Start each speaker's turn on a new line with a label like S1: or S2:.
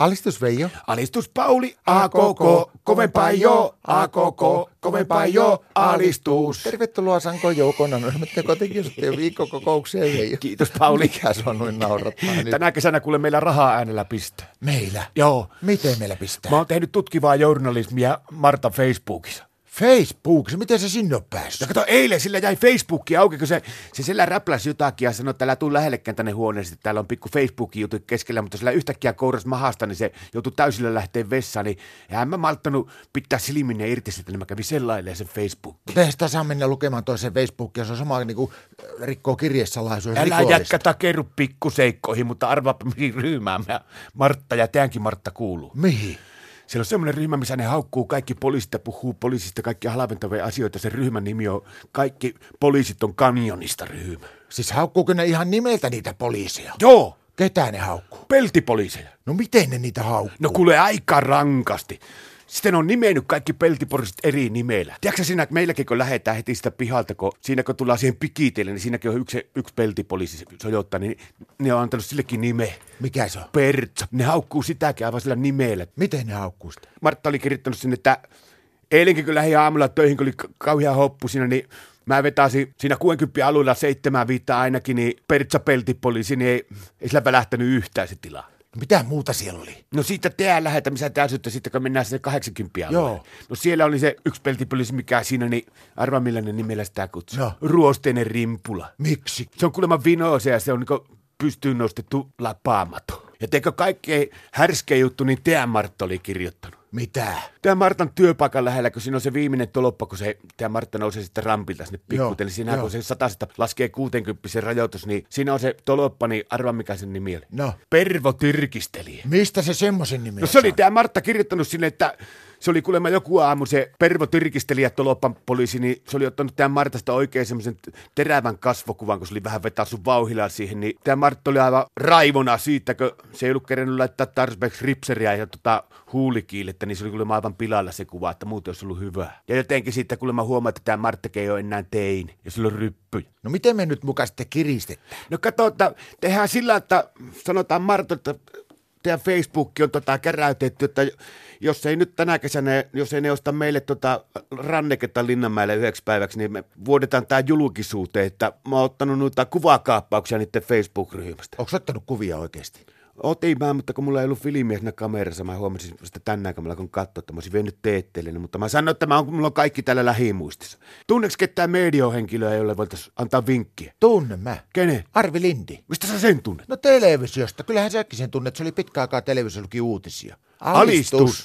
S1: Alistus Veijo.
S2: Alistus Pauli, a koko, kovempaa jo, a koko, kovempaa jo, alistus.
S1: Tervetuloa Sanko Joukona. No, me kotikin sitten viikkokokouksia Veijo.
S2: Kiitos Pauli.
S1: Mikä se on noin naurattaa nyt?
S2: Tänä kesänä kuule meillä rahaa äänellä pistää.
S1: Meillä.
S2: Joo.
S1: Miten meillä pistää?
S2: Mä oon tehnyt tutkivaa journalismia Martan Facebookissa.
S1: Facebookissa, miten se sinne on päässyt?
S2: Ja kato, eilen sillä jäi Facebookki auki, kun se, se sillä räpläsi jotakin ja sanoi, että älä tuu lähellekään tänne huoneeseen, täällä on pikku Facebookin jutu keskellä, mutta sillä yhtäkkiä kouras mahasta, niin se joutui täysillä lähteen vessaan, niin eihän mä malttanut pitää silminne irti sitä, niin mä kävin sellailee sen Facebook.
S1: Miten sitä saa mennä lukemaan toiseen Facebookia? Se on sama niin kuin äh, rikkoo kirjesalaisuus
S2: Älä
S1: rikollista.
S2: jätkä takeru pikkuseikkoihin, mutta arvaapa mihin ryhmään mä, Martta ja tämänkin Martta kuuluu.
S1: Mihin?
S2: Siellä on semmoinen ryhmä, missä ne haukkuu kaikki poliisit ja puhuu poliisista kaikkia halventavia asioita. Se ryhmän nimi on Kaikki poliisit on kanjonista ryhmä.
S1: Siis haukkuuko ne ihan nimeltä niitä poliiseja?
S2: Joo,
S1: Ketä ne haukkuu?
S2: peltipoliiseja.
S1: No miten ne niitä haukkuu?
S2: No kuule aika rankasti. Sitten on nimennyt kaikki peltipoliisit eri nimellä. Tiedätkö sinä, että meilläkin kun lähdetään heti sitä pihalta, kun siinä kun tullaan siihen pikitielle, niin siinäkin on yksi, yksi peltipoliisi se sojottaa, niin ne on antanut sillekin nime.
S1: Mikä se on?
S2: Pertsa. Ne haukkuu sitäkin aivan sillä nimellä.
S1: Miten ne haukkuu sitä?
S2: Martta oli kirjoittanut sinne, että eilenkin kun lähdin aamulla töihin, kun oli ka- kauhea hoppu siinä, niin mä vetäisin siinä 60 alueella seitsemän viittaa ainakin, niin Pertsa peltipoliisi, niin ei, ei sillä välähtänyt yhtään se tila.
S1: No Mitä muuta siellä oli?
S2: No siitä tehdään lähetämisen täysyttä sitten, kun mennään sinne 80
S1: Joo.
S2: Joo. No siellä oli se yksi peltipoliisi, mikä siinä, niin arva millainen nimellä sitä kutsuu.
S1: No.
S2: Ruosteinen rimpula.
S1: Miksi?
S2: Se on kuulemma vinoosa ja se on niin pystyyn nostettu lapaamaton. Ja teikö kaikkein härskeä juttu, niin tämä Martta oli kirjoittanut.
S1: Mitä?
S2: Tämä Martan työpaikan lähellä, kun siinä on se viimeinen toloppa, kun se tämä Martta nousee sitten rampilta sinne pikkuuteen, niin siinä
S1: joo.
S2: kun se satasesta laskee 60 sen rajoitus, niin siinä on se toloppa, niin arva mikä sen nimi oli.
S1: No.
S2: Pervo Tyrkisteli.
S1: Mistä se semmoisen nimi
S2: No
S1: on
S2: se oli
S1: saanut?
S2: tämä Martta kirjoittanut sinne, että se oli kuulemma joku aamu se Pervo Tyrkisteli ja Toloppan poliisi, niin se oli ottanut tämän Martasta oikein semmoisen terävän kasvokuvan, kun se oli vähän vetää sun vauhilaa siihen, niin tämä Martta oli aivan raivona siitä, kun se ei ollut kerennyt laittaa tarpeeksi ripseriä ja tota huulikiilettä, niin se oli kuulemma aivan pilalla se kuva, että muuten olisi ollut hyvä. Ja jotenkin siitä kuulemma huomaa, että tämä Martta ei ole enää tein, ja sillä on ryppyjä.
S1: No miten me nyt muka sitten kiristetään?
S2: No kato, että tehdään sillä, että sanotaan Marto, että teidän Facebook on tota käräytetty, että jos ei nyt tänä kesänä, jos ei ne osta meille tota ranneketta Linnanmäelle yhdeksi päiväksi, niin me vuodetaan tämä julkisuuteen, että mä oon ottanut noita kuvakaappauksia niiden Facebook-ryhmästä.
S1: Onko ottanut kuvia oikeasti?
S2: Otin mä, mutta kun mulla ei ollut filmiä siinä kamerassa, mä huomasin sitä tänään, kun mä alkoin katsoa, että mä olisin vienyt teetteellinen, mutta mä sanoin, että mä on, mulla on kaikki täällä lähimuistissa. Tunneeko ketään mediohenkilöä, jolle voitaisiin antaa vinkkiä?
S1: Tunne mä.
S2: Kenen?
S1: Arvi Lindi.
S2: Mistä sä sen tunnet?
S1: No televisiosta. Kyllähän säkin sen tunnet. Se oli pitkä aikaa televisio luki uutisia.
S2: Alistus.